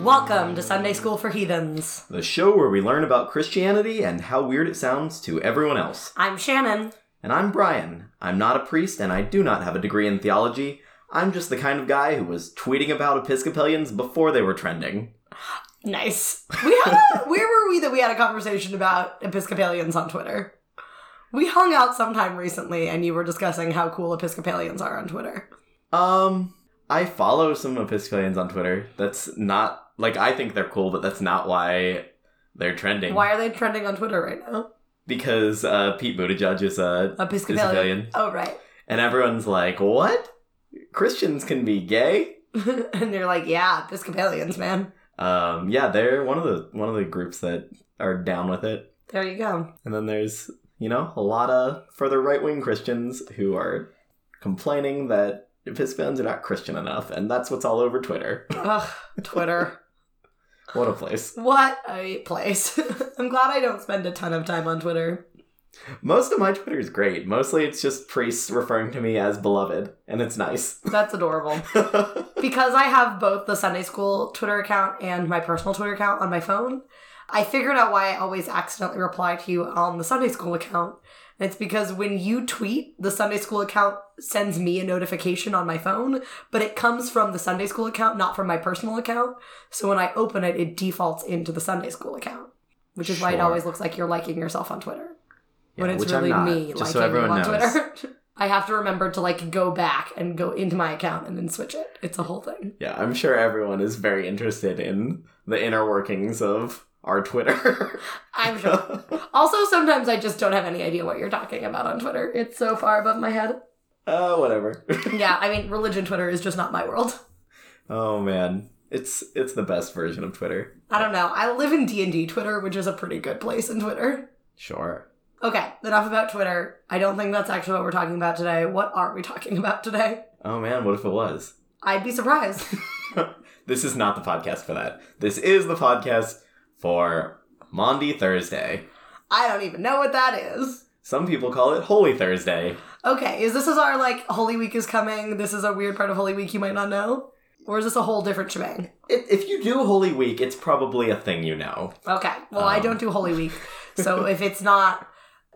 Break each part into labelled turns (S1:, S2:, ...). S1: Welcome to Sunday School for Heathens.
S2: the show where we learn about Christianity and how weird it sounds to everyone else.
S1: I'm Shannon.
S2: And I'm Brian. I'm not a priest and I do not have a degree in theology. I'm just the kind of guy who was tweeting about Episcopalians before they were trending.
S1: Nice. We had a, where were we that we had a conversation about Episcopalians on Twitter? We hung out sometime recently and you were discussing how cool Episcopalians are on Twitter.
S2: Um, I follow some Episcopalians on Twitter. That's not, like, I think they're cool, but that's not why they're trending.
S1: Why are they trending on Twitter right now?
S2: Because uh, Pete Buttigieg is a
S1: Episcopalian.
S2: Episcopalian.
S1: Oh, right.
S2: And everyone's like, what? Christians can be gay?
S1: and they're like, yeah, Episcopalians, man.
S2: Um, yeah, they're one of the one of the groups that are down with it.
S1: There you go.
S2: And then there's you know a lot of further right wing Christians who are complaining that Episcopalians are not Christian enough, and that's what's all over Twitter.
S1: Ugh, Twitter.
S2: what a place!
S1: what a place. I'm glad I don't spend a ton of time on Twitter.
S2: Most of my Twitter is great. Mostly, it's just priests referring to me as beloved, and it's nice.
S1: That's adorable. because I have both the Sunday school Twitter account and my personal Twitter account on my phone, I figured out why I always accidentally reply to you on the Sunday school account. And it's because when you tweet, the Sunday school account sends me a notification on my phone, but it comes from the Sunday school account, not from my personal account. So when I open it, it defaults into the Sunday school account, which is why it
S2: Sure.
S1: always looks like you're liking yourself on Twitter when
S2: Yeah,
S1: it's
S2: which I'm
S1: really
S2: not,
S1: me
S2: just
S1: liking
S2: so
S1: you
S2: everyone
S1: on
S2: knows.
S1: Twitter. I have to remember to like go back and go into my account and then switch it. It's a whole thing.
S2: Yeah, I'm sure everyone is very interested in the inner workings of our Twitter. Uh,
S1: I'm sure. also, sometimes I just don't have any idea what you're talking about on Twitter. It's so far above my head.
S2: uh, whatever.
S1: Yeah, I mean, religion Twitter is just not my world.
S2: Oh man, it's it's the best version of Twitter.
S1: I don't know. I live in D and D Twitter, which is a pretty good place in Twitter.
S2: Sure.
S1: Okay, enough about Twitter. I don't think that's actually what we're talking about today. What are we talking about today?
S2: Oh man, what if it was?
S1: I'd be surprised.
S2: This is not the podcast for that. This is the podcast for Maundy Thursday.
S1: I don't even know what that is.
S2: Some people call it Holy Thursday.
S1: Okay, is this is our like Holy Week is coming? This is a weird part of Holy Week you might not know, or is this a whole different shebang?
S2: If, if you do Holy Week, it's probably a thing you know.
S1: Okay, well I
S2: Um.
S1: don't do Holy Week, so if it's not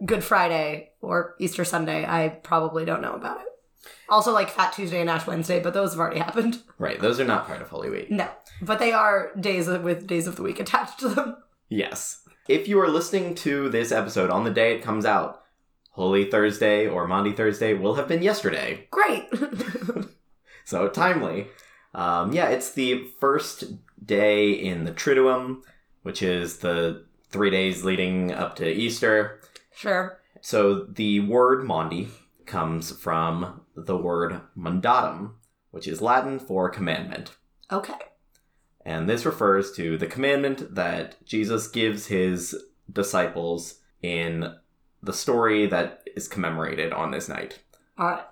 S1: Good Friday or Easter Sunday, I probably don't know about it. Also, like Fat Tuesday and Ash Wednesday, but those have already happened.
S2: Right, those are not part of Holy Week.
S1: No, but they are days of, with days of the week attached to them.
S2: Yes. If you are listening to this episode on the day it comes out, Holy Thursday or Maundy Thursday will have been yesterday.
S1: Great.
S2: So timely. Um, yeah, it's the first day in the Triduum, which is the three days leading up to Easter.
S1: sure.
S2: So the word Maundy comes from the word mandatum, which is Latin for commandment.
S1: Okay.
S2: And this refers to the commandment that Jesus gives his disciples in the story that is commemorated on this night.
S1: All right.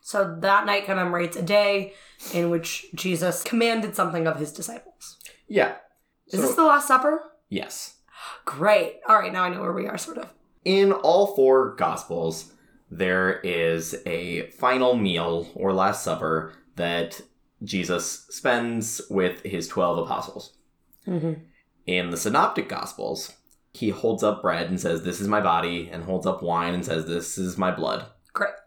S1: So that night commemorates a day in which Jesus commanded something of his disciples.
S2: Yeah.
S1: Is
S2: So-
S1: this the Last Supper?
S2: yes.
S1: Great. All right, now I know where we are, sort of.
S2: In all four Gospels, there is a final meal or Last Supper that Jesus spends with his 12 apostles.
S1: Mm-hmm.
S2: In the Synoptic Gospels, he holds up bread and says, This is my body, and holds up wine and says, This is my blood.
S1: Correct.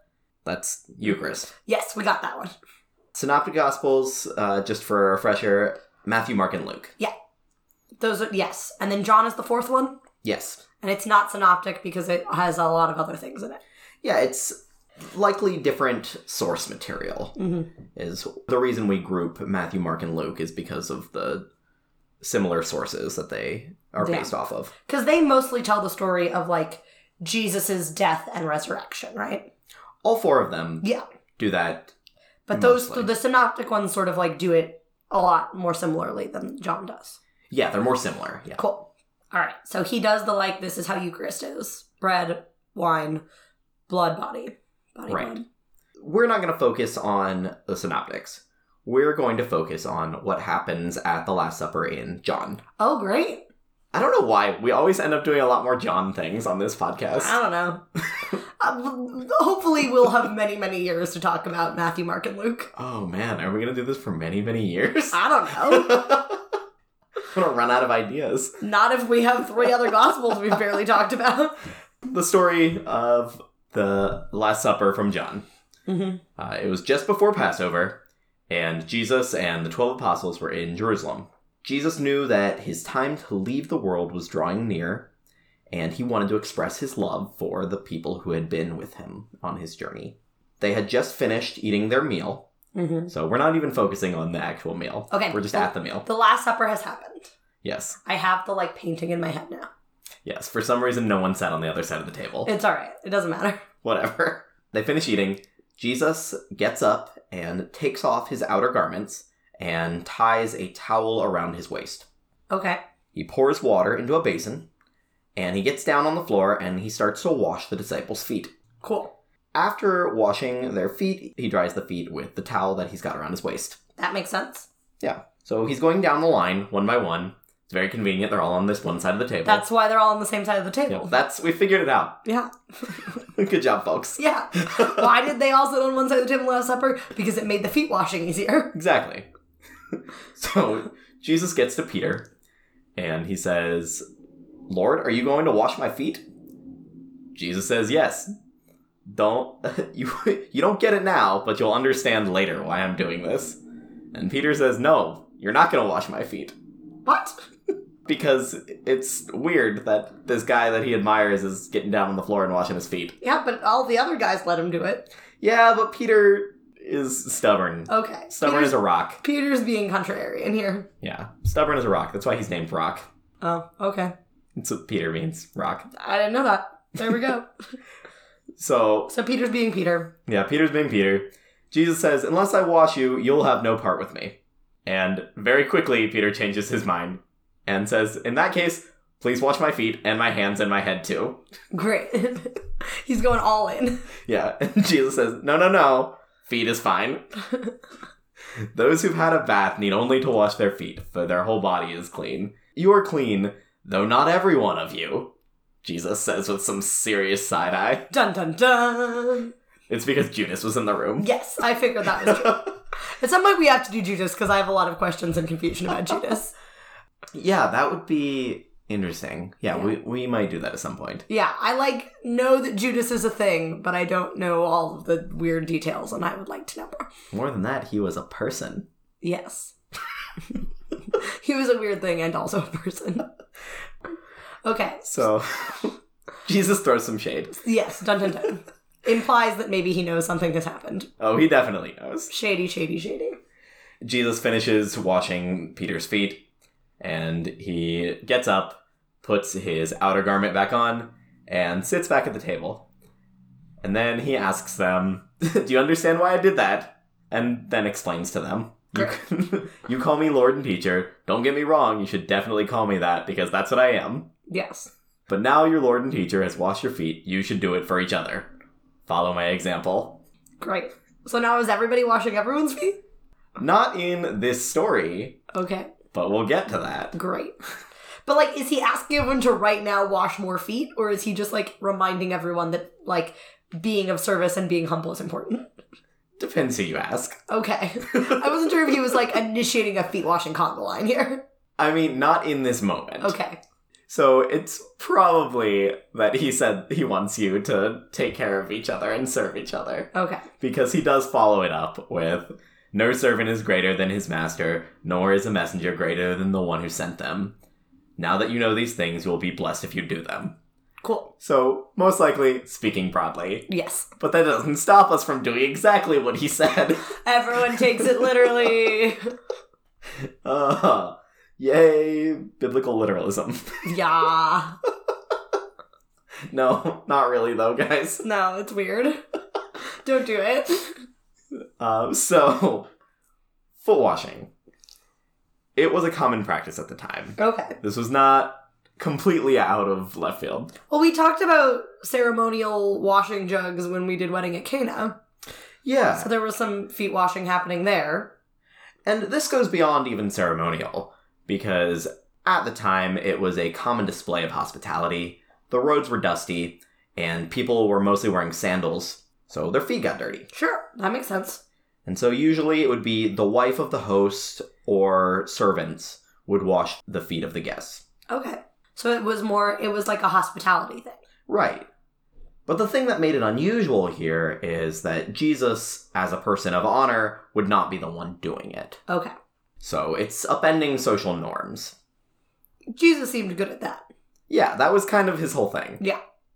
S2: That's Eucharist.
S1: Yes, we got that one.
S2: Synoptic Gospels, uh, just for a refresher, Matthew, Mark, and Luke.
S1: Those are, yes. And then John is the fourth one,
S2: Yes.
S1: and it's not synoptic because it has a lot of other things in it.
S2: Yeah, it's likely different source material.
S1: Mm-hmm.
S2: is the reason we group Matthew, Mark, and Luke is because of the similar sources that they are
S1: Yeah.
S2: based off of.
S1: Because they mostly tell the story of like Jesus's death and resurrection, right?
S2: All four of them
S1: Yeah.
S2: do that.
S1: But those,
S2: Mostly.
S1: the synoptic ones sort of like do it a lot more similarly than John does.
S2: Yeah, they're more similar. Yeah.
S1: Cool. All right. So he does the like, this is how Eucharist is bread, wine, blood, body. Body,
S2: Right.
S1: blood.
S2: We're not going to focus on the synoptics. We're going to focus on what happens at the Last Supper in John.
S1: Oh, great.
S2: I don't know why we always end up doing a lot more John things on this podcast.
S1: I don't know. Uh, hopefully, we'll have many, many years to talk about Matthew, Mark, and Luke.
S2: Oh man, are we going to do this for many, many years?
S1: I don't know.
S2: gonna run out of ideas.
S1: Not if we have three other gospels we've barely talked about.
S2: The story of the Last Supper from John.
S1: Mhm.
S2: Uh, it was just before Passover, and Jesus and the 12 apostles were in Jerusalem. Jesus knew that his time to leave the world was drawing near, and he wanted to express his love for the people who had been with him on his journey. They had just finished eating their meal,
S1: Mhm.
S2: so we're not even focusing on the actual meal.
S1: Okay.
S2: We're just at the meal.
S1: The Last Supper has happened.
S2: Yes.
S1: I have the like painting in my head now.
S2: Yes. For some reason, no one sat on the other side of the table.
S1: It's all right. It doesn't matter.
S2: whatever. They finish eating. Jesus gets up and takes off his outer garments and ties a towel around his waist.
S1: Okay.
S2: He pours water into a basin and he gets down on the floor and he starts to wash the disciples' feet.
S1: Cool.
S2: After washing their feet, he dries the feet with the towel that he's got around his waist.
S1: That makes sense.
S2: So he's going down the line one by one. It's very convenient. They're all on this one side of the table.
S1: That's why they're all on the same side of the
S2: Yep,
S1: table.
S2: that's we figured it out.
S1: Yeah.
S2: Good job, folks.
S1: Yeah. Why did they all sit on one side of the table last supper? Because it made the feet washing easier.
S2: Exactly. so Jesus gets to Peter and he says, Lord, are you going to wash my feet? Jesus says, Yes. Don't you you don't get it now, but you'll understand later why I'm doing this. And Peter says, No, you're not gonna wash my feet.
S1: What?
S2: Because it's weird that this guy that he admires is getting down on the floor and washing his feet.
S1: Yeah, but all the other guys let him do it.
S2: Yeah, but Peter is stubborn.
S1: Okay.
S2: Stubborn
S1: Peter's,
S2: as a rock.
S1: Peter's being contrarian here.
S2: Yeah. Stubborn as a rock. That's why he's named Rock.
S1: Oh, okay.
S2: That's what Peter means, rock.
S1: I didn't know that. There we go.
S2: So,
S1: so Peter's being Peter.
S2: yeah, Peter's being Peter. Jesus says, Unless I wash you, you'll have no part with me. And very quickly, Peter changes his mind and says, In that case, please wash my feet and my hands and my head too.
S1: Great. He's going all in.
S2: Yeah, and Jesus says, No, no, no, feet is fine. Those who've had a bath need only to wash their feet, for their whole body is clean. You are clean, though not every one of you, Jesus says with some serious side eye.
S1: Dun dun dun.
S2: It's because Judas was in the room.
S1: Yes, I figured that was true. At some point, we have to do Judas because I have a lot of questions and confusion about Judas.
S2: Yeah, that would be interesting. Yeah,
S1: Yeah.
S2: We, we might do that at some point.
S1: Yeah, I like know that Judas is a thing, but I don't know all of the weird details, and I would like to know more.
S2: More than that, he was a person.
S1: Yes. he was a weird thing and also a person. Okay.
S2: So Jesus throws some shade.
S1: Yes, dun dun dun. Implies that maybe he knows something has happened.
S2: Oh, he definitely knows.
S1: Shady, shady, shady.
S2: Jesus finishes washing Peter's feet and he gets up, puts his outer garment back on, and sits back at the table. And then he asks them, Do you understand why I did that? And then explains to them. You, can, you call me Lord and Teacher. Don't get me wrong, you should definitely call me that because that's what I am.
S1: Yes.
S2: But now your Lord and Teacher has washed your feet, you should do it for each other. Follow my example.
S1: Great. So now is everybody washing everyone's feet?
S2: Not in this story,
S1: Okay.
S2: but we'll get to that.
S1: Great. But like, is he asking everyone to right now wash more feet, or is he just like reminding everyone that like being of service and being humble is important?
S2: Depends who you ask.
S1: Okay. I wasn't sure if he was like initiating a feet washing conga line here.
S2: I mean, not in this moment.
S1: Okay.
S2: So it's probably that he said he wants you to take care of each other and serve each other.
S1: Okay.
S2: Because he does follow it up with No servant is greater than his master, nor is a messenger greater than the one who sent them. Now that you know these things, you will be blessed if you do them.
S1: Cool.
S2: So, most likely, speaking broadly.
S1: Yes.
S2: But that doesn't stop us from doing exactly what he said.
S1: Everyone takes it literally.
S2: Uh, yay, biblical literalism.
S1: yeah.
S2: No, not really though, guys.
S1: No, it's weird. Don't do it.
S2: Um, so, foot washing. It was a common practice at the time.
S1: Okay.
S2: This was not completely out of left field.
S1: Well, we talked about ceremonial washing jugs when we did wedding at Cana.
S2: Yeah,
S1: So there was some feet washing happening there.
S2: and this goes beyond even ceremonial, because at the time it was a common display of hospitality. The roads were dusty, and people were mostly wearing sandals, so their feet got dirty.
S1: Sure, that makes sense.
S2: And so usually it would be the wife of the host or servants would wash the feet of the guests.
S1: Okay. So it was more, it was like a hospitality thing.
S2: Right. But the thing that made it unusual here is that Jesus, as a person of honor, would not be the one doing it.
S1: Okay.
S2: So it's upending social norms.
S1: Jesus seemed good at that.
S2: Yeah, that was kind of his whole thing.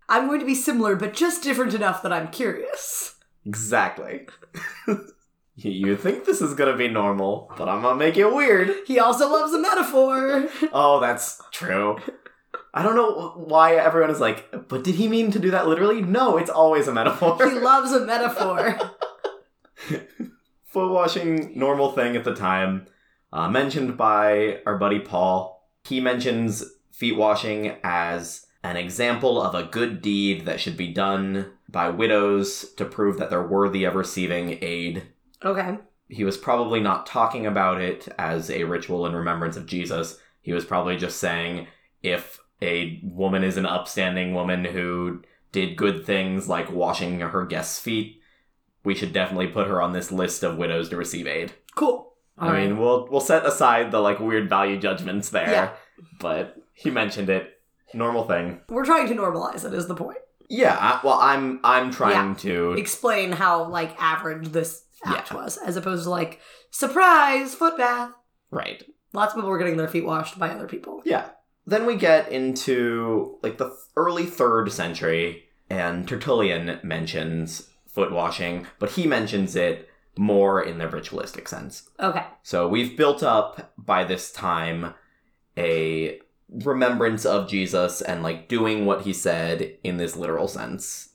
S1: I'm going to be similar, but just different enough that I'm curious.
S2: Exactly. You- you think this is gonna be normal, but I'm gonna make it weird.
S1: He also loves a metaphor.
S2: Oh, that's true. I don't know why everyone is like, but did he mean to do that literally? No, it's always a
S1: he
S2: metaphor.
S1: loves a metaphor.
S2: Foot washing, normal thing at the time, uh, mentioned by our buddy Paul. He mentions feet washing as an example of a good deed that should be done by widows to prove that they're worthy of receiving aid
S1: Okay.
S2: he was probably not talking about it as a ritual in remembrance of Jesus. He was probably just saying if a woman is an upstanding woman who did good things like washing her guests' feet, we should definitely put her on this list of widows to receive aid.
S1: Cool.
S2: I mean, we'll we'll set aside the like weird value judgments there,
S1: Yeah.
S2: but he mentioned it. Normal thing.
S1: we're trying to normalize it is the point.
S2: Yeah, I, well, I'm I'm trying to
S1: Explain how like average this act was, as opposed to like surprise foot bath.
S2: right.
S1: Lots of people were getting their feet washed by other people.
S2: Yeah. Then we get into like the early third century, and Tertullian mentions foot washing, but he mentions it more in the ritualistic sense.
S1: Okay.
S2: So we've built up by this time a remembrance of Jesus and like doing what he said in this literal sense.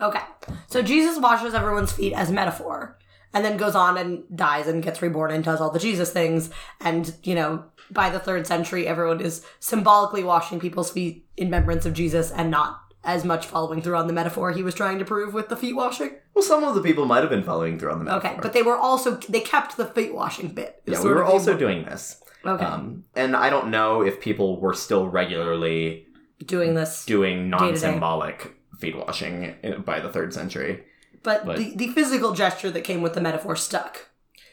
S1: Okay. So Jesus washes everyone's feet as metaphor, and then goes on and dies and gets reborn and does all the Jesus things. And you know, by the third century, everyone is symbolically washing people's feet in remembrance of Jesus, and not as much following through on the metaphor he was trying to prove with the feet washing.
S2: Well, some of the people might have been following through on the metaphor.
S1: Okay, but they were also they kept the feet washing bit.
S2: yeah, we
S1: Sort
S2: were
S1: of the-
S2: also doing this.
S1: okay
S2: Um, and I don't know if people were still regularly
S1: doing this,
S2: doing
S1: to day.
S2: non-symbolic feet washing in- by the third century.
S1: but,
S2: but-
S1: the the physical gesture that came with the metaphor stuck.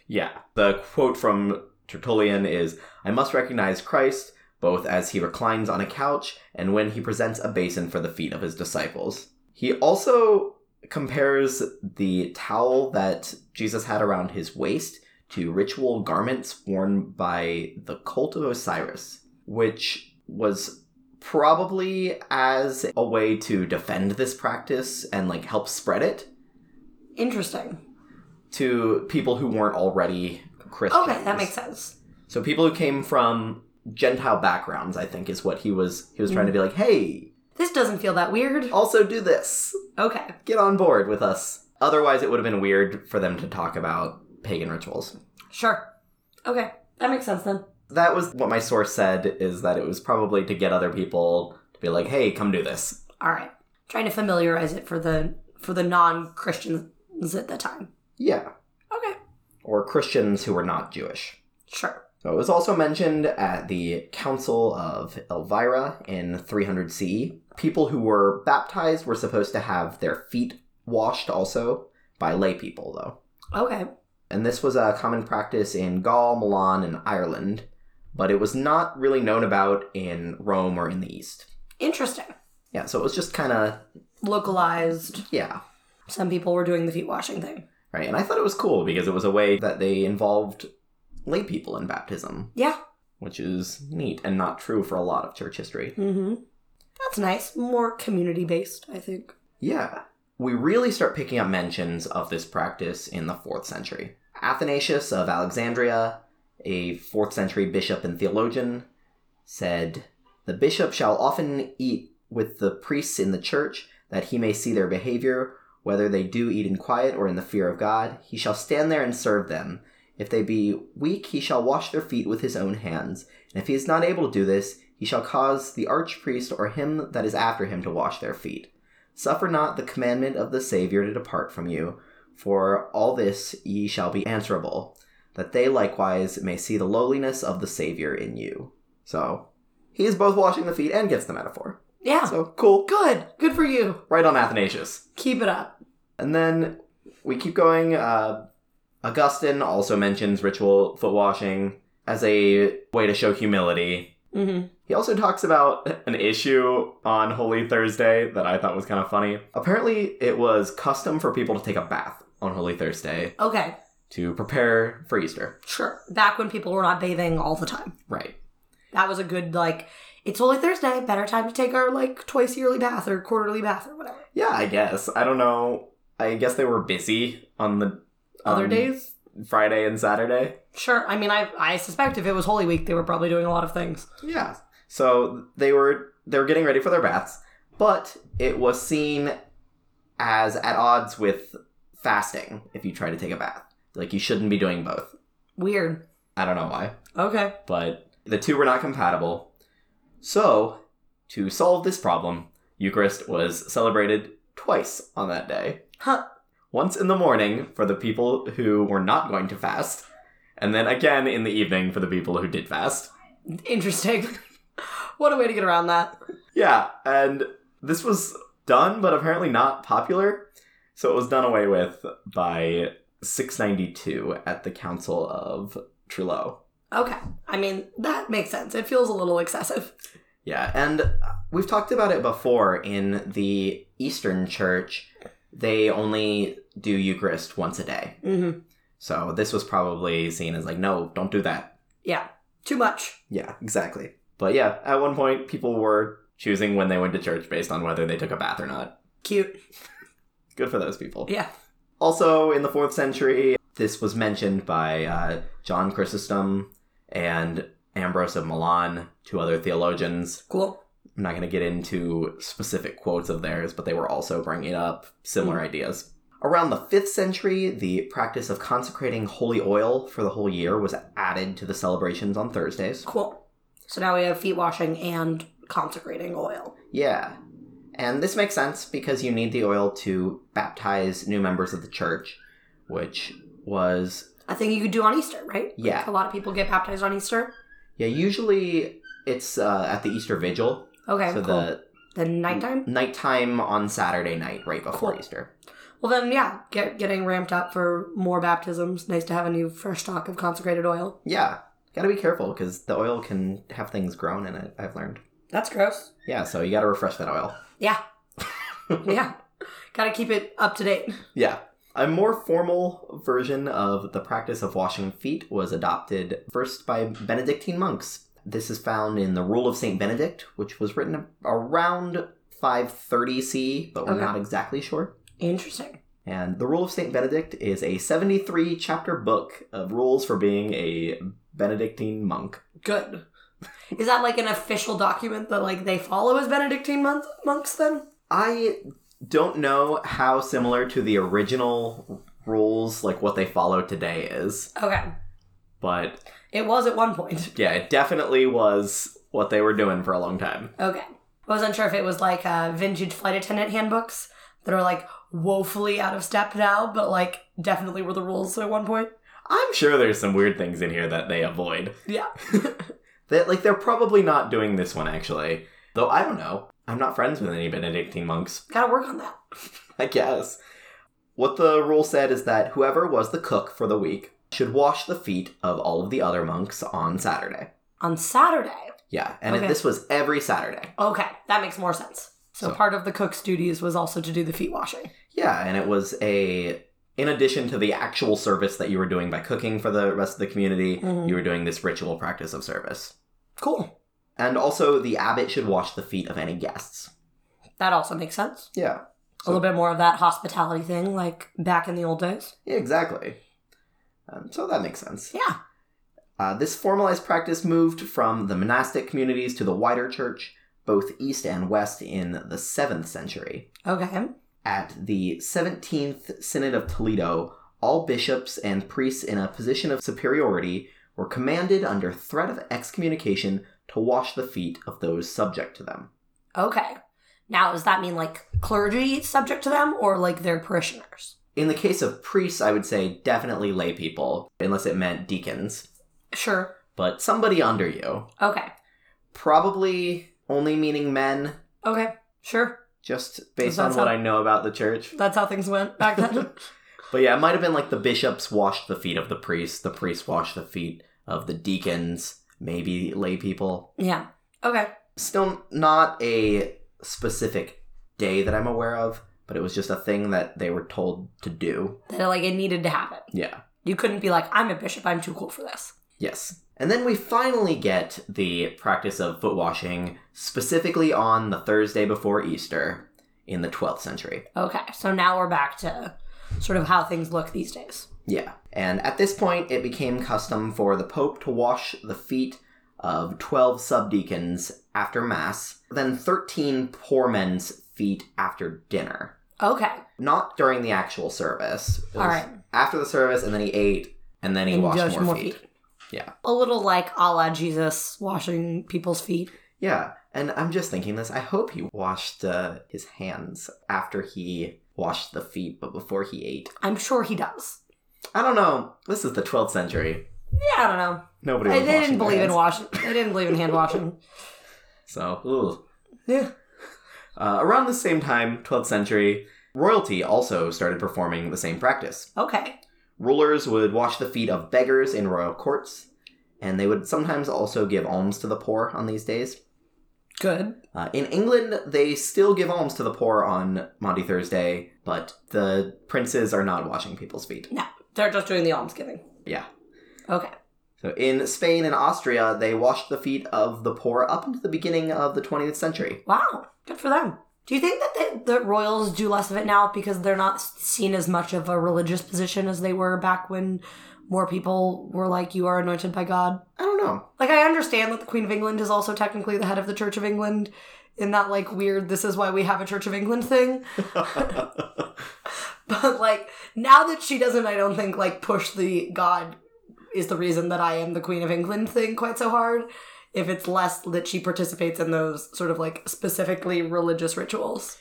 S2: Yeah, the quote from Tertullian is, "I must recognize Christ both as he reclines on a couch and when he presents a basin for the feet of his disciples." He also compares the towel that Jesus had around his waist to ritual garments worn by the cult of Osiris, which was probably as a way to defend this practice and like help spread it.
S1: Interesting.
S2: to people who weren't already Christians.
S1: Okay, that makes sense.
S2: So people who came from Gentile backgrounds, I think, is what he was he was trying to be like, hey,
S1: This doesn't feel that weird.
S2: also do this.
S1: Okay,
S2: Get on board with us. Otherwise it would have been weird for them to talk about pagan rituals.
S1: sure. Okay, that makes sense then.
S2: That was what my source said is that it was probably to get other people to be like, hey, come do this.
S1: All right, trying to familiarize it for the for the non Christians at the time.
S2: Yeah.
S1: Okay,
S2: Or Christians who were not Jewish.
S1: sure.
S2: So it was also mentioned at the Council of Elvira in 300 CE. People who were baptized were supposed to have their feet washed also by lay people, though.
S1: Okay,
S2: And this was a common practice in Gaul, Milan, and Ireland, but it was not really known about in Rome or in the East.
S1: interesting.
S2: Yeah, so it was just kind of,
S1: Localized.
S2: yeah,
S1: Some people were doing the feet washing thing.
S2: right. And I thought it was cool because it was a way that they involved lay people in baptism,
S1: Yeah.
S2: which is neat and not true for a lot of church history.
S1: Mm-hmm. That's nice. More community based, I think.
S2: Yeah. We really start picking up mentions of this practice in the 4th century. Athanasius of Alexandria, a 4th century bishop and theologian, said, The bishop shall often eat with the priests in the church, that he may see their behavior, whether they do eat in quiet or in the fear of God. He shall stand there and serve them. If they be weak, he shall wash their feet with his own hands. And if he is not able to do this, he shall cause the archpriest or him that is after him to wash their feet. Suffer not the commandment of the Saviour to depart from you, for all this ye shall be answerable, that they likewise may see the lowliness of the Saviour in you. So, he is both washing the feet and gets the metaphor.
S1: Yeah.
S2: So, cool.
S1: Good. Good for you.
S2: Right on Athanasius.
S1: Keep it up.
S2: And then we keep going. Uh, Augustine also mentions ritual foot washing. as a way to show humility.
S1: Mm-hmm.
S2: He also talks about an issue on Holy Thursday that I thought was kind of funny. Apparently, it was custom for people to take a bath on Holy Thursday
S1: Okay,
S2: to prepare for Easter.
S1: sure. Back when people were not bathing all the time.
S2: Right.
S1: That was a good, like, it's Holy Thursday, better time to take our, like, twice yearly bath or quarterly bath or whatever.
S2: Yeah, I guess. I don't know. I guess they were busy on the
S1: Other
S2: on
S1: days?
S2: Friday and Saturday.
S1: Sure. I mean, I, I suspect if it was Holy Week, they were probably doing a lot of things.
S2: Yeah. So they were they were getting ready for their baths, but it was seen as at odds with fasting if you try to take a bath. Like you shouldn't be doing both.
S1: Weird.
S2: I don't know why,
S1: Okay.
S2: but the two were not compatible. So, to solve this problem, Eucharist was celebrated twice on that day.
S1: Huh.
S2: Once in the morning for the people who were not going to fast, and then again in the evening for the people who did fast.
S1: Interesting. what a way to get around that.
S2: Yeah, and this was done, but apparently not popular. So it was done away with by 692 at the Council of Trullo.
S1: Okay. I mean, that makes sense. It feels a little excessive.
S2: Yeah, and we've talked about it before in the Eastern Church. They only do Eucharist once a day.
S1: Mm-hmm.
S2: So this was probably seen as like, no, don't do that.
S1: Yeah. Too much.
S2: Yeah, exactly. But yeah, at one point, people were choosing when they went to church based on whether they took a bath or not.
S1: Cute.
S2: Good for those people.
S1: Yeah.
S2: Also, in the fourth century, this was mentioned by uh, John Chrysostom and Ambrose of Milan, two other theologians.
S1: Cool.
S2: I'm not going to get into specific quotes of theirs, but they were also bringing up similar
S1: Hmm.
S2: ideas. Around the fifth century, the practice of consecrating holy oil for the whole year was added to the celebrations on Thursdays.
S1: Cool. So now we have feet washing and consecrating oil.
S2: Yeah. And this makes sense because you need the oil to baptize new members of the church, which was
S1: I think you could do on Easter, right?
S2: Yeah.
S1: A lot of people get baptized on Easter.
S2: Yeah, usually it's uh, at the Easter Vigil,
S1: Okay,
S2: so
S1: cool.
S2: the
S1: then nighttime.
S2: nighttime on Saturday night, right before
S1: Cool.
S2: Easter.
S1: Well, then yeah, get getting ramped up for more baptisms. Nice to have a new fresh stock of consecrated oil.
S2: Yeah, gotta be careful because the oil can have things grown in it. I've learned.
S1: That's gross.
S2: Yeah, so you gotta refresh that oil.
S1: Yeah. yeah. Got to keep it up to date.
S2: Yeah. A more formal version of the practice of washing feet was adopted first by Benedictine monks. This is found in the Rule of St. Benedict, which was written around 530 CE, but we're
S1: Okay.
S2: not exactly sure.
S1: Interesting.
S2: And the Rule of St. Benedict is a 73 chapter book of rules for being a Benedictine monk.
S1: Good. Is that like an official document that like they follow as Benedictine month- monks then?
S2: I don't know how similar to the original rules, like what they follow today, is,
S1: Okay.
S2: but
S1: It was at one point.
S2: yeah, it definitely was what they were doing for a long time.
S1: Okay. I wasn't sure if it was like uh, vintage flight attendant handbooks that are like woefully out of step now, but like definitely were the rules at one point.
S2: I'm sure there's some weird things in here that they avoid.
S1: Yeah.
S2: That like they're probably not doing this one actually. Though I don't know. I'm not friends with any Benedictine monks.
S1: Gotta work on that.
S2: I guess. What the rule said is that whoever was the cook for the week should wash the feet of all of the other monks on Saturday.
S1: On Saturday.
S2: Yeah, and
S1: Okay.
S2: this was every Saturday.
S1: Okay. That makes more sense. So,
S2: So-
S1: part of the cook's duties was also to do the feet washing.
S2: Yeah, and it was a in addition to the actual service that you were doing by cooking for the rest of the community,
S1: Mhm.
S2: you were doing this ritual practice of service.
S1: Cool.
S2: And also the abbot should wash the feet of any guests.
S1: That also makes sense.
S2: Yeah.
S1: a
S2: So-
S1: little bit more of that hospitality thing, like back in the old days.
S2: Yeah, exactly. Um, so that makes sense.
S1: Yeah.
S2: Uh, this formalized practice moved from the monastic communities to the wider church, both east and west, in the 7th century.
S1: Okay.
S2: At the 17th Synod of Toledo, all bishops and priests in a position of superiority were commanded under threat of excommunication to wash the feet of those subject to them.
S1: Okay. Now, does that mean like clergy subject to them or like their parishioners?
S2: In the case of priests, I would say definitely lay people, unless it meant deacons,
S1: Sure.
S2: but somebody under you.
S1: Okay.
S2: Probably only meaning men,
S1: Okay. Sure.
S2: just based
S1: that
S2: on what
S1: sound-
S2: I know about the church.
S1: That's how things went back then.
S2: But yeah, it might have been like the bishops washed the feet of the priests, the priests washed the feet of the deacons, maybe lay people.
S1: Yeah. Okay.
S2: Still not a specific day that I'm aware of, but it was just a thing that they were told to do.
S1: That like it needed to happen.
S2: Yeah.
S1: You couldn't be like, I'm a bishop. I'm too cool for this.
S2: Yes. And then we finally get the practice of foot washing specifically on the Thursday before Easter in the 12th century.
S1: Okay. So now we're back to sort of how things look these days.
S2: Yeah. And at this point, it became custom for the Pope to wash the feet of 12 subdeacons after Mass, then 13 poor men's feet after dinner.
S1: Okay.
S2: Not during the actual service. It
S1: All
S2: was
S1: right.
S2: After the service, and then he ate, and then he
S1: And
S2: washed
S1: just
S2: more,
S1: more
S2: feet.
S1: feet.
S2: Yeah.
S1: A little like a la Jesus washing people's feet.
S2: Yeah. And I'm just thinking this. I hope he washed uh, his hands after he washed the feet, but before he ate.
S1: I'm sure he does.
S2: I don't know. This is the 12th century.
S1: Yeah, I don't know.
S2: Nobody was
S1: They, they
S2: washing
S1: didn't
S2: their
S1: believe in
S2: hands.
S1: washing. They didn't believe in hand washing.
S2: So, ugh.
S1: Yeah.
S2: Uh, around the same time, 12th century, royalty also started performing the same practice.
S1: Okay.
S2: Rulers would wash the feet of beggars in royal courts, and they would sometimes also give alms to the poor on these days.
S1: Good.
S2: Uh, in England, they still give alms to the poor on Maundy Thursday, but the princes are not washing people's feet.
S1: They're just doing the almsgiving.
S2: Yeah.
S1: Okay.
S2: So in Spain and Austria, they washed the feet of the poor up until the beginning of the 20th century.
S1: Wow. Good for them. Do you think that the, the royals do less of it now because they're not seen as much of a religious position as they were back when more people were like, you are anointed by God?
S2: I don't know.
S1: Like, I understand that the Queen of England is also technically the head of the Church of England in that, like, weird, this is why we have a Church of England thing. But, like, now that she doesn't, I don't think, like, push the God is the reason that I am the Queen of England thing quite so hard. If it's less that she participates in those sort of, like, specifically religious rituals.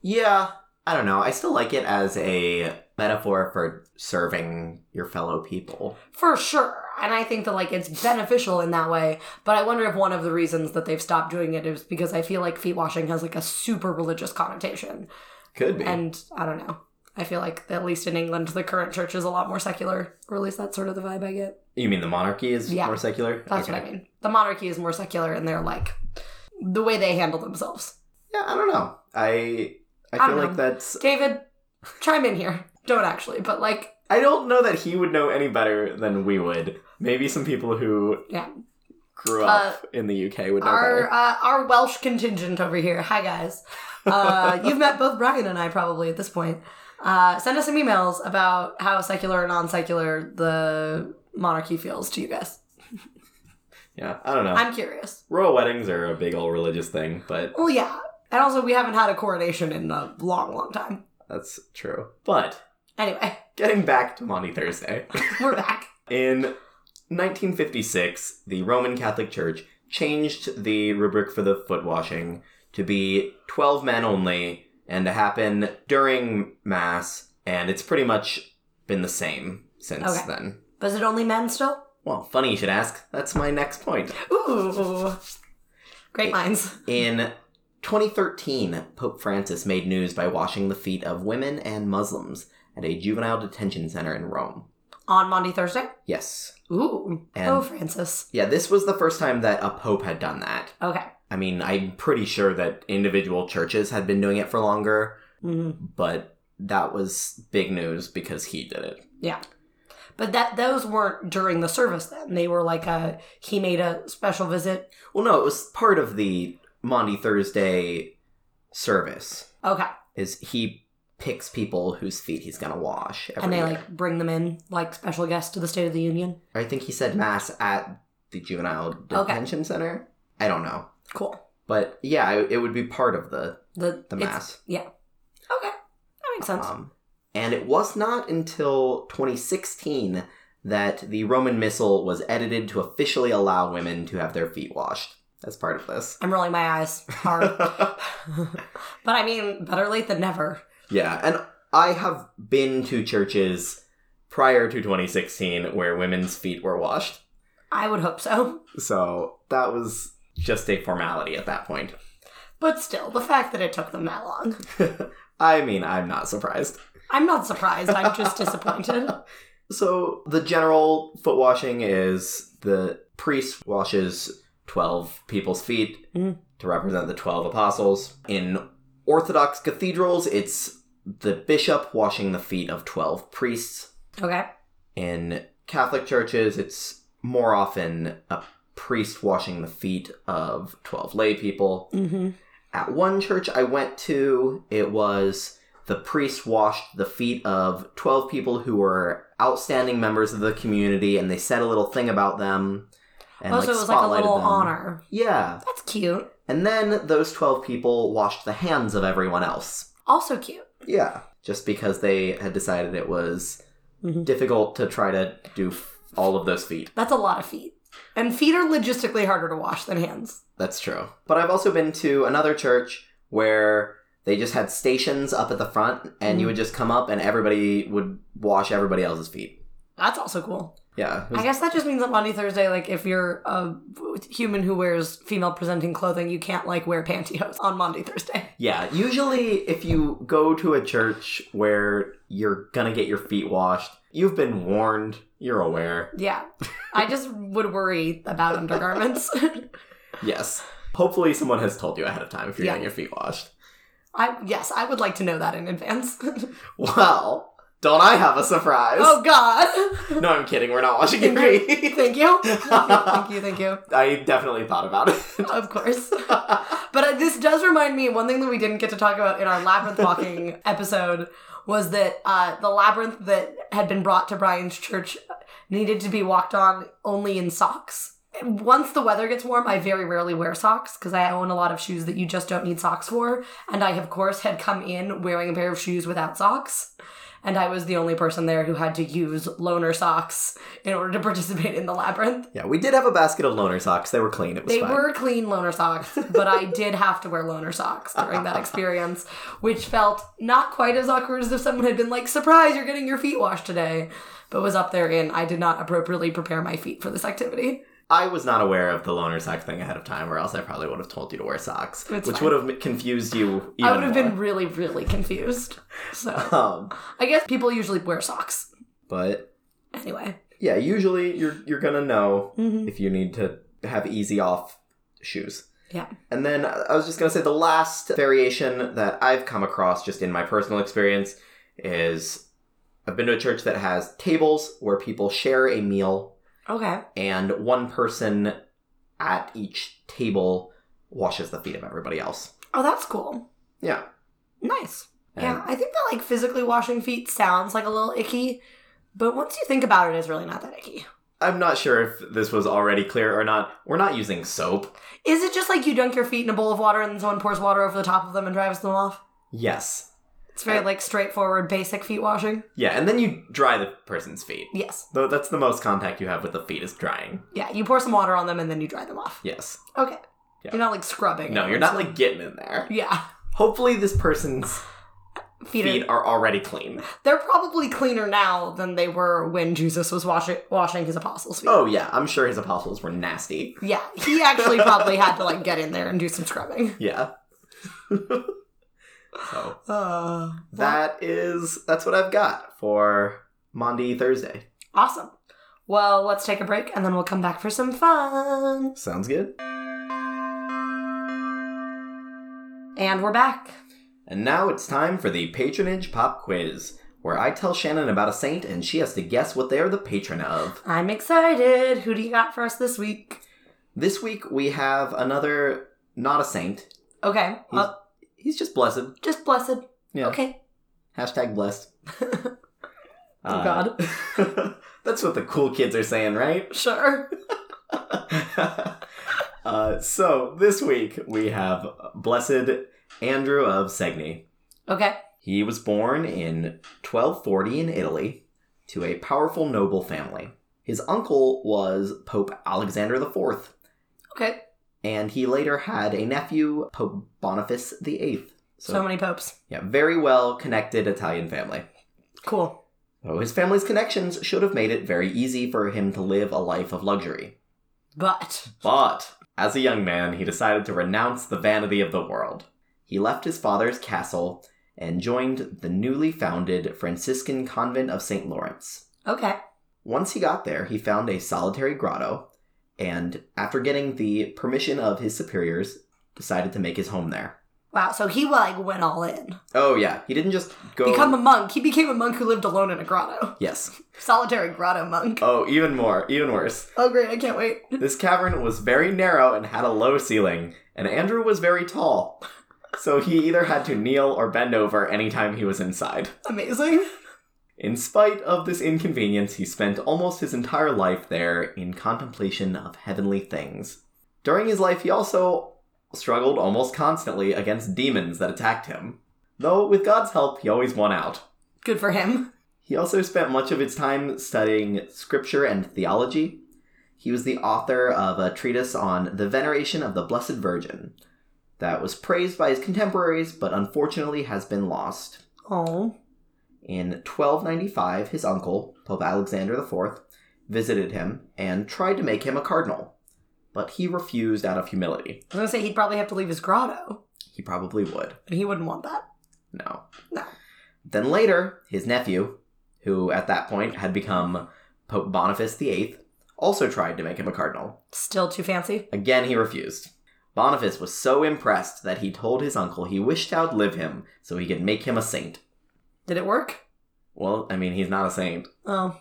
S2: yeah, I don't know. I still like it as a metaphor for serving your fellow people.
S1: For sure. And I think that, like, it's beneficial in that way. But I wonder if one of the reasons that they've stopped doing it is because I feel like feet washing has, like, a super religious connotation.
S2: Could be.
S1: And I don't know. I feel like at least in England, the current church is a lot more secular, or at least that's sort of the vibe I get.
S2: you mean the monarchy is
S1: Yeah.
S2: more secular?
S1: That's what I mean. The monarchy is more secular, and they're like the way they handle themselves.
S2: Yeah, I don't know. I I,
S1: I
S2: feel
S1: don't
S2: like
S1: know.
S2: that's
S1: David, chime in here. Don't actually, but like,
S2: I don't know that he would know any better than we would. Maybe some people who
S1: Yeah. Uh,
S2: grew up in the UK would know
S1: our
S2: better.
S1: uh, our Welsh contingent over here. Hi guys, uh, you've met both Brian and I probably at this point. Uh, send us some emails about how secular or non secular the monarchy feels to you guys.
S2: Yeah, I don't know.
S1: I'm curious.
S2: Royal weddings are a big old religious thing, but
S1: Well, yeah. And also, we haven't had a coronation in a long, long time.
S2: that's true. But
S1: Anyway,
S2: getting back to Monty Thursday,
S1: we're back.
S2: in 1956, the Roman Catholic Church changed the rubric for the foot washing to be 12 men only and to happen during Mass, and it's pretty much been the same since
S1: Okay.
S2: then.
S1: But is it only men still?
S2: Well, funny you should ask. That's my next point.
S1: Ooh. Great minds.
S2: In 2013, Pope Francis made news by washing the feet of women and Muslims at a juvenile detention center in Rome.
S1: On Monday, Thursday?
S2: Yes.
S1: Ooh.
S2: And-
S1: oh, Francis.
S2: Yeah, this was the first time that a pope had done that.
S1: Okay.
S2: I mean, I'm pretty sure that individual churches had been doing it for longer,
S1: Mhm.
S2: but that was big news because he did it.
S1: But that those weren't during the service then. They were like a, he made a special visit.
S2: Well, no, it was part of the Maundy Thursday service.
S1: Okay.
S2: Is he picks people whose feet he's gonna wash every
S1: And they
S2: year.
S1: like bring them in like special guests to the State of the Union.
S2: I think he said mass at the juvenile
S1: Okay.
S2: detention center. I don't know,
S1: Cool.
S2: but yeah, it, it would be part of the
S1: The,
S2: the
S1: it's-
S2: mass.
S1: Okay. That makes sense.
S2: Um, and it was not until 2016 that the Roman Missal was edited to officially allow women to have their feet washed as part of this.
S1: I'm rolling my eyes hard. but I mean, better late than never.
S2: yeah, and I have been to churches prior to 2016 where women's feet were washed.
S1: I would hope so.
S2: So that was just a formality at that point.
S1: But still, the fact that it took them that long.
S2: I mean, I'm not surprised.
S1: I'm not surprised, I'm just disappointed.
S2: So the general foot washing is the priest washes 12 people's feet
S1: Mhm.
S2: to represent the 12 apostles. In Orthodox cathedrals, it's the bishop washing the feet of 12 priests.
S1: Okay.
S2: In Catholic churches, it's more often a priest washing the feet of 12 lay people.
S1: Mm-hmm.
S2: At one church I went to, it was the priest washed the feet of 12 people who were outstanding members of the community and they said a little thing about them and
S1: Also,
S2: like
S1: Oh, it was like a
S2: spotlighted
S1: little
S2: them.
S1: honor.
S2: Yeah.
S1: That's cute.
S2: And then those 12 people washed the hands of everyone else.
S1: Also cute.
S2: Yeah. Just because they had decided it was
S1: Mhm.
S2: difficult to try to do f- all of those feet.
S1: That's a lot of feet. And feet are logistically harder to wash than hands.
S2: That's true. But I've also been to another church where they just had stations up at the front, and you
S1: Mm.
S2: would just come up, and everybody would wash everybody else's feet.
S1: That's also cool.
S2: Yeah, it was-
S1: I guess that just means that Monday, Thursday, like if you're a human who wears female presenting clothing, you can't like wear pantyhose on Monday, Thursday.
S2: yeah. Usually, if you go to a church where you're gonna get your feet washed, you've been warned. You're aware.
S1: Yeah. I just would worry about undergarments.
S2: Yes. Hopefully, someone has told you ahead of time if you're
S1: Yeah.
S2: getting your feet washed.
S1: I yes, I would like to know that in advance.
S2: Well, don't I have a surprise?
S1: oh god.
S2: No, I'm kidding. We're not washing your feet.
S1: thank you. Thank you, thank you.
S2: I definitely thought about
S1: Of course.
S2: it.
S1: But uh, this does remind me one thing that we didn't get to talk about in our labyrinth walking episode was that uh, the labyrinth that had been brought to Brian's church needed to be walked on only in socks. And Once the weather gets warm, I very rarely wear socks because I own a lot of shoes that you just don't need socks for. And I, of course, had come in wearing a pair of shoes without socks. And I was the only person there who had to use loner socks in order to participate in the labyrinth.
S2: Yeah, we did have a basket of loner socks. They were clean. It was
S1: They
S2: fine.
S1: were clean loner socks, but I did have to wear loner socks during that experience, which felt not quite as awkward as if someone had been like, surprise, you're getting your feet washed today, but was up there and I did not appropriately prepare my feet for this activity.
S2: I was not aware of the loner sock thing ahead of time, or else I probably would have told you to wear socks,
S1: It's
S2: which
S1: fine.
S2: would have m- confused you. Even
S1: I would have been really, really confused. So
S2: been. Um,
S1: I guess people usually wear socks.
S2: but
S1: Anyway.
S2: yeah, usually you're you're gonna know
S1: Mm-hmm.
S2: if you need to have easy off shoes.
S1: Yeah.
S2: And then uh, I was just gonna say the last variation that I've come across, just in my personal experience, is I've been to a church that has tables where people share a meal
S1: Okay.
S2: and one person at each table washes the feet of everybody else.
S1: Oh, that's cool.
S2: Yeah.
S1: Nice.
S2: And-
S1: yeah, I think that like physically washing feet sounds like a little icky, but once you think about it, it's really not that icky.
S2: I'm not sure if this was already clear or not. We're not using soap.
S1: Is it just like you dunk your feet in a bowl of water and then someone pours water over the top of them and drives them off?
S2: Yes.
S1: It's very
S2: Uh,
S1: like straightforward, basic feet washing.
S2: Yeah, and then you dry the person's feet.
S1: Yes.
S2: Though that's the most contact you have with the feet is drying.
S1: Yeah, you pour some water on them and then you dry them off.
S2: Yes.
S1: Okay.
S2: Yeah.
S1: You're not like scrubbing.
S2: No,
S1: it.
S2: you're not like getting in there.
S1: Yeah.
S2: Hopefully this person's
S1: Feet.
S2: feet
S1: Are,
S2: are already clean.
S1: they're probably cleaner now than they were when Jesus was washing washing his apostles' feet.
S2: Oh yeah, I'm sure his apostles were nasty.
S1: Yeah, he actually probably had to like get in there and do some scrubbing.
S2: Yeah. so
S1: Uh,
S2: that is that's what I've got for Monday Thursday.
S1: awesome. Well, let's take a break and then we'll come back for some fun.
S2: Sounds good.
S1: And we're back.
S2: And now it's time for the patronage pop quiz, where I tell Shannon about a saint and she has to guess what they are the patron of.
S1: I'm excited. Who do you got for us this week?
S2: This week we have another not a saint.
S1: Okay.
S2: He's,
S1: Uh,
S2: he's just blessed.
S1: just blessed.
S2: Yeah.
S1: Okay.
S2: Hashtag blessed.
S1: Oh,
S2: God. that's what the cool kids are saying, right?
S1: Sure.
S2: uh, so this week we have blessed Andrew of Segni.
S1: Okay.
S2: He was born in 1240 in Italy to a powerful noble family. His uncle was Pope Alexander IV,
S1: Okay.
S2: and he later had a nephew, Pope Boniface VIII. So,
S1: So, many popes.
S2: yeah, very well connected Italian family.
S1: Cool.
S2: So his family's connections should have made it very easy for him to live a life of luxury.
S1: But
S2: But, as a young man, he decided to renounce the vanity of the world. He left his father's castle and joined the newly founded Franciscan convent of St. Lawrence.
S1: Okay.
S2: Once he got there, he found a solitary grotto, and after getting the permission of his superiors, decided to make his home there.
S1: Wow. So he like went all in.
S2: Oh yeah, he didn't just go
S1: Become a monk. He became a monk who lived alone in a grotto.
S2: Yes.
S1: Solitary grotto monk.
S2: Oh, even more, even worse.
S1: Oh great, I can't wait.
S2: This cavern was very narrow and had a low ceiling, and Andrew was very tall. So he either had to kneel or bend over anytime he was inside.
S1: Amazing.
S2: In spite of this inconvenience, he spent almost his entire life there in contemplation of heavenly things. During his life, he also struggled almost constantly against demons that attacked him. Though, with God's help, he always won out.
S1: Good for him.
S2: He also spent much of his time studying scripture and theology. He was the author of a treatise on the veneration of the Blessed Virgin that was praised by his contemporaries but unfortunately has been lost.
S1: Oh.
S2: In 1295, his uncle, Pope Alexander IV, visited him and tried to make him a cardinal, but he refused out of
S1: I
S2: humility.
S1: was gonna say he'd probably have to leave his grotto.
S2: He probably would.
S1: And he wouldn't want that.
S2: No.
S1: No.
S2: Then later, his nephew, who at that point had become Pope Boniface VIII, also tried to make him a cardinal.
S1: Still too fancy.
S2: Again, he refused. Boniface was so impressed that he told his uncle he wished to outlive him so he could make him a saint.
S1: Did it work?
S2: Well, I mean, he's not a saint.
S1: Oh.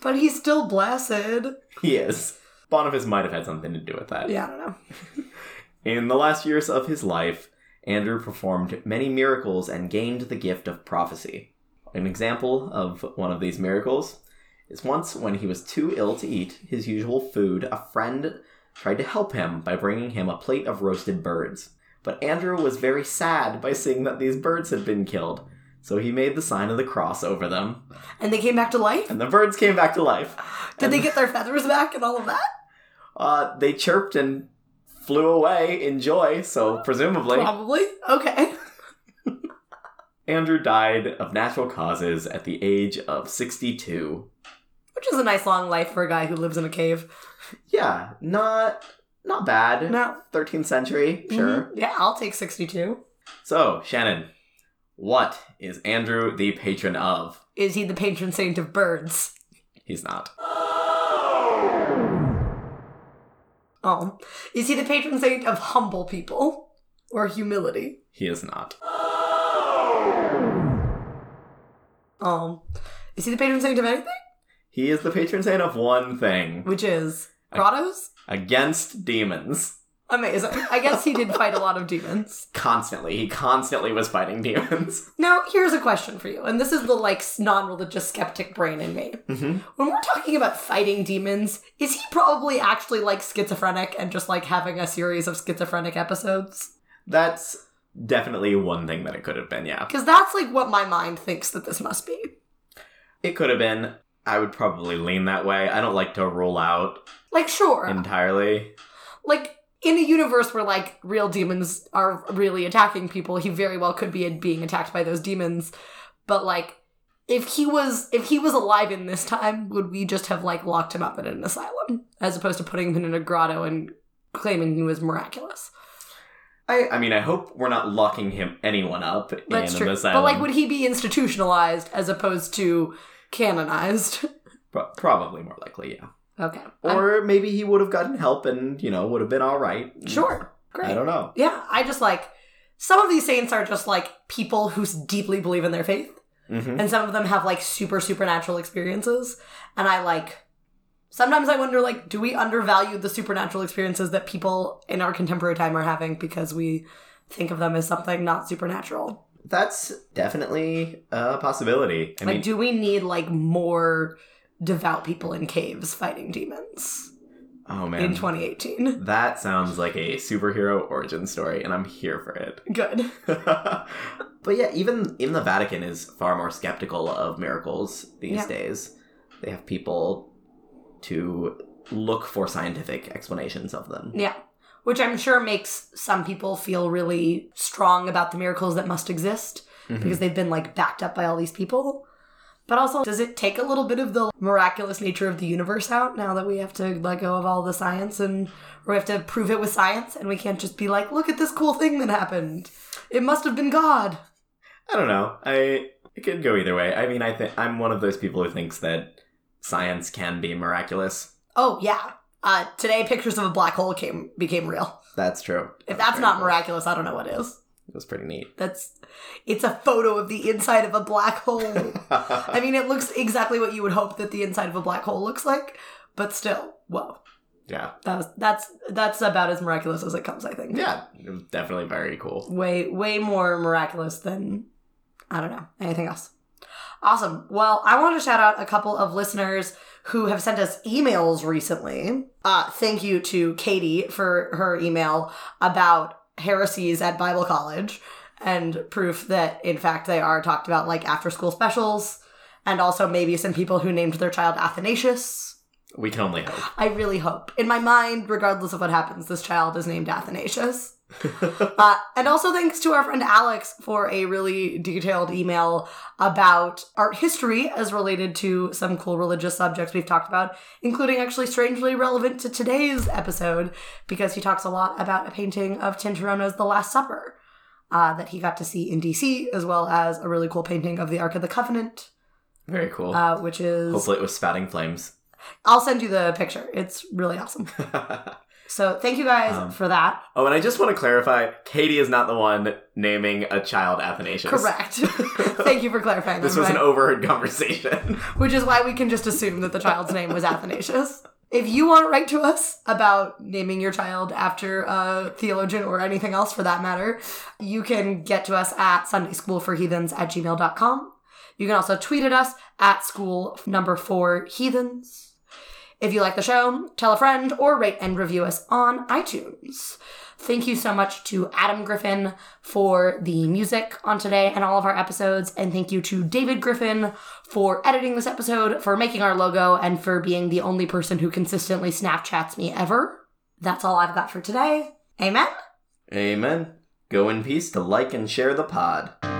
S1: but he's still blessed.
S2: He is. Boniface might have had something to do with that.
S1: Yeah, I don't know.
S2: In the last years of his life, Andrew performed many miracles and gained the gift of prophecy. An example of one of these miracles is once when he was too ill to eat his usual food, a friend tried to help him by bringing him a plate of roasted birds. But Andrew was very sad by seeing that these birds had been killed, so he made the sign of the cross over them,
S1: And they came back to life?
S2: and the birds came back to life.
S1: Did they get their feathers back and all of that?
S2: Uh, they chirped and flew away in joy, so presumably.
S1: Probably. Okay.
S2: Andrew died of natural causes at the age of 62.
S1: Which is a nice long life for a guy who lives in a cave.
S2: Yeah, not not bad.
S1: No.
S2: 13th century, sure.
S1: Mhm. Yeah, I'll take 62.
S2: So, Shannon, what is Andrew the patron of?
S1: Is he the patron saint of birds?
S2: He's not.
S1: Oh. Is he the patron saint of humble people? Or humility?
S2: He is not.
S1: Um, is he the patron saint of anything?
S2: He is the patron saint of one thing
S1: Which is
S2: I-
S1: grottos?
S2: against demons.
S1: Amazing. I guess he did fight a lot of demons.
S2: Constantly. He constantly was fighting demons.
S1: Now, here's a question for you, and this is the like non-religious skeptic brain in me.
S2: hmm
S1: When we're talking about fighting demons, is he probably actually like schizophrenic and just like having a series of schizophrenic episodes?
S2: That's definitely one thing that it could have been, yeah.
S1: Because that's like what my mind thinks that this must be.
S2: It could have been. I would probably lean that way. I don't like to rule out
S1: Like, sure,
S2: entirely.
S1: like in a universe where like real demons are really attacking people, he very well could be being attacked by those demons. But like, if he was if he was alive in this time, would we just have like locked him up in an asylum as opposed to putting him in a grotto and claiming he was miraculous?
S2: I, I mean, I hope we're not locking him anyone up
S1: That's
S2: in
S1: true.
S2: an
S1: But
S2: asylum.
S1: like, would he be institutionalized as opposed to canonized?
S2: Pro- probably more likely, yeah.
S1: okay, I'm-
S2: Or maybe he would have gotten help and you know would have been all right.
S1: sure, great.
S2: I don't know.
S1: yeah, I just like some of these saints are just like people who s- deeply believe in their faith.
S2: hmm
S1: and some of them have like super supernatural experiences and i like sometimes i wonder like do we undervalue the supernatural experiences that people in our contemporary time are having because we think of them as something not supernatural
S2: That's definitely a possibility. I
S1: like
S2: mean,
S1: do we need like more devout people in caves fighting demons
S2: oh
S1: in
S2: man,
S1: 2018
S2: that sounds like a superhero origin story, and I'm here for it.
S1: good
S2: but yeah, even in the Vatican is far more skeptical of miracles these
S1: Yeah.
S2: days. They have people to look for scientific explanations of them.
S1: yeah which i'm sure makes some people feel really strong about the miracles that must exist
S2: Mhm.
S1: because they've been like backed up by all these people. But also, does it take a little bit of the miraculous nature of the universe out now that we have to let go of all the science and or we have to prove it with science and we can't just be like, look at this cool thing that happened. It must have been God.
S2: I don't know. I It could go either way. I mean, I think I'm one of those people who thinks that science can be miraculous.
S1: Oh yeah. Uh, today, pictures of a black hole came became real.
S2: That's true.
S1: If that's
S2: very
S1: not
S2: cool.
S1: miraculous, I don't know what is.
S2: it was pretty neat.
S1: That's it's a photo of the inside of a black hole. I mean, it looks exactly what you would hope that the inside of a black hole looks like, but still, whoa,
S2: yeah,
S1: that was, that's that's about as miraculous as it comes, I think.
S2: yeah, it was definitely very cool.
S1: way way more miraculous than I don't know anything else. Awesome. Well, I want to shout out a couple of listeners who have sent us emails recently. Uh, thank you to Katie for her email about heresies at Bible college and proof that, in fact, they are talked about like after school specials and also maybe some people who named their child Athanasius.
S2: We can only hope.
S1: I really hope. In my mind, regardless of what happens, this child is named Athanasius. Uh, and also thanks to our friend Alex for a really detailed email about art history as related to some cool religious subjects we've talked about, including actually strangely relevant to today's episode because he talks a lot about a painting of Tintoretto's The Last Supper uh, that he got to see in DC, as well as a really cool painting of the Ark of the Covenant,
S2: very cool.
S1: uh, which is
S2: Hopefully, it was spouting flames.
S1: I'll send you the picture. It's really awesome.
S2: oh,
S1: So thank you guys
S2: Um,
S1: for that.
S2: and I just want to clarify: Katie is not the one naming a child Athanasius.
S1: Correct. thank you for clarifying.
S2: This
S1: that,
S2: was an
S1: Brian.
S2: overheard conversation.
S1: Which is why we can just assume that the child's name was Athanasius. If you want to write to us about naming your child after a theologian or anything else for that matter, you can get to us at sundayschoolforheathens at gmail.com. You can also tweet at us at school number four heathens. If you like the show, tell a friend or rate and review us on iTunes. Thank you so much to Adam Griffin for the music on today and all of our episodes. And thank you to David Griffin for editing this episode, for making our logo, and for being the only person who consistently Snapchats me ever. That's all I've got for today. Amen.
S2: Amen. Go in peace to like and share the pod.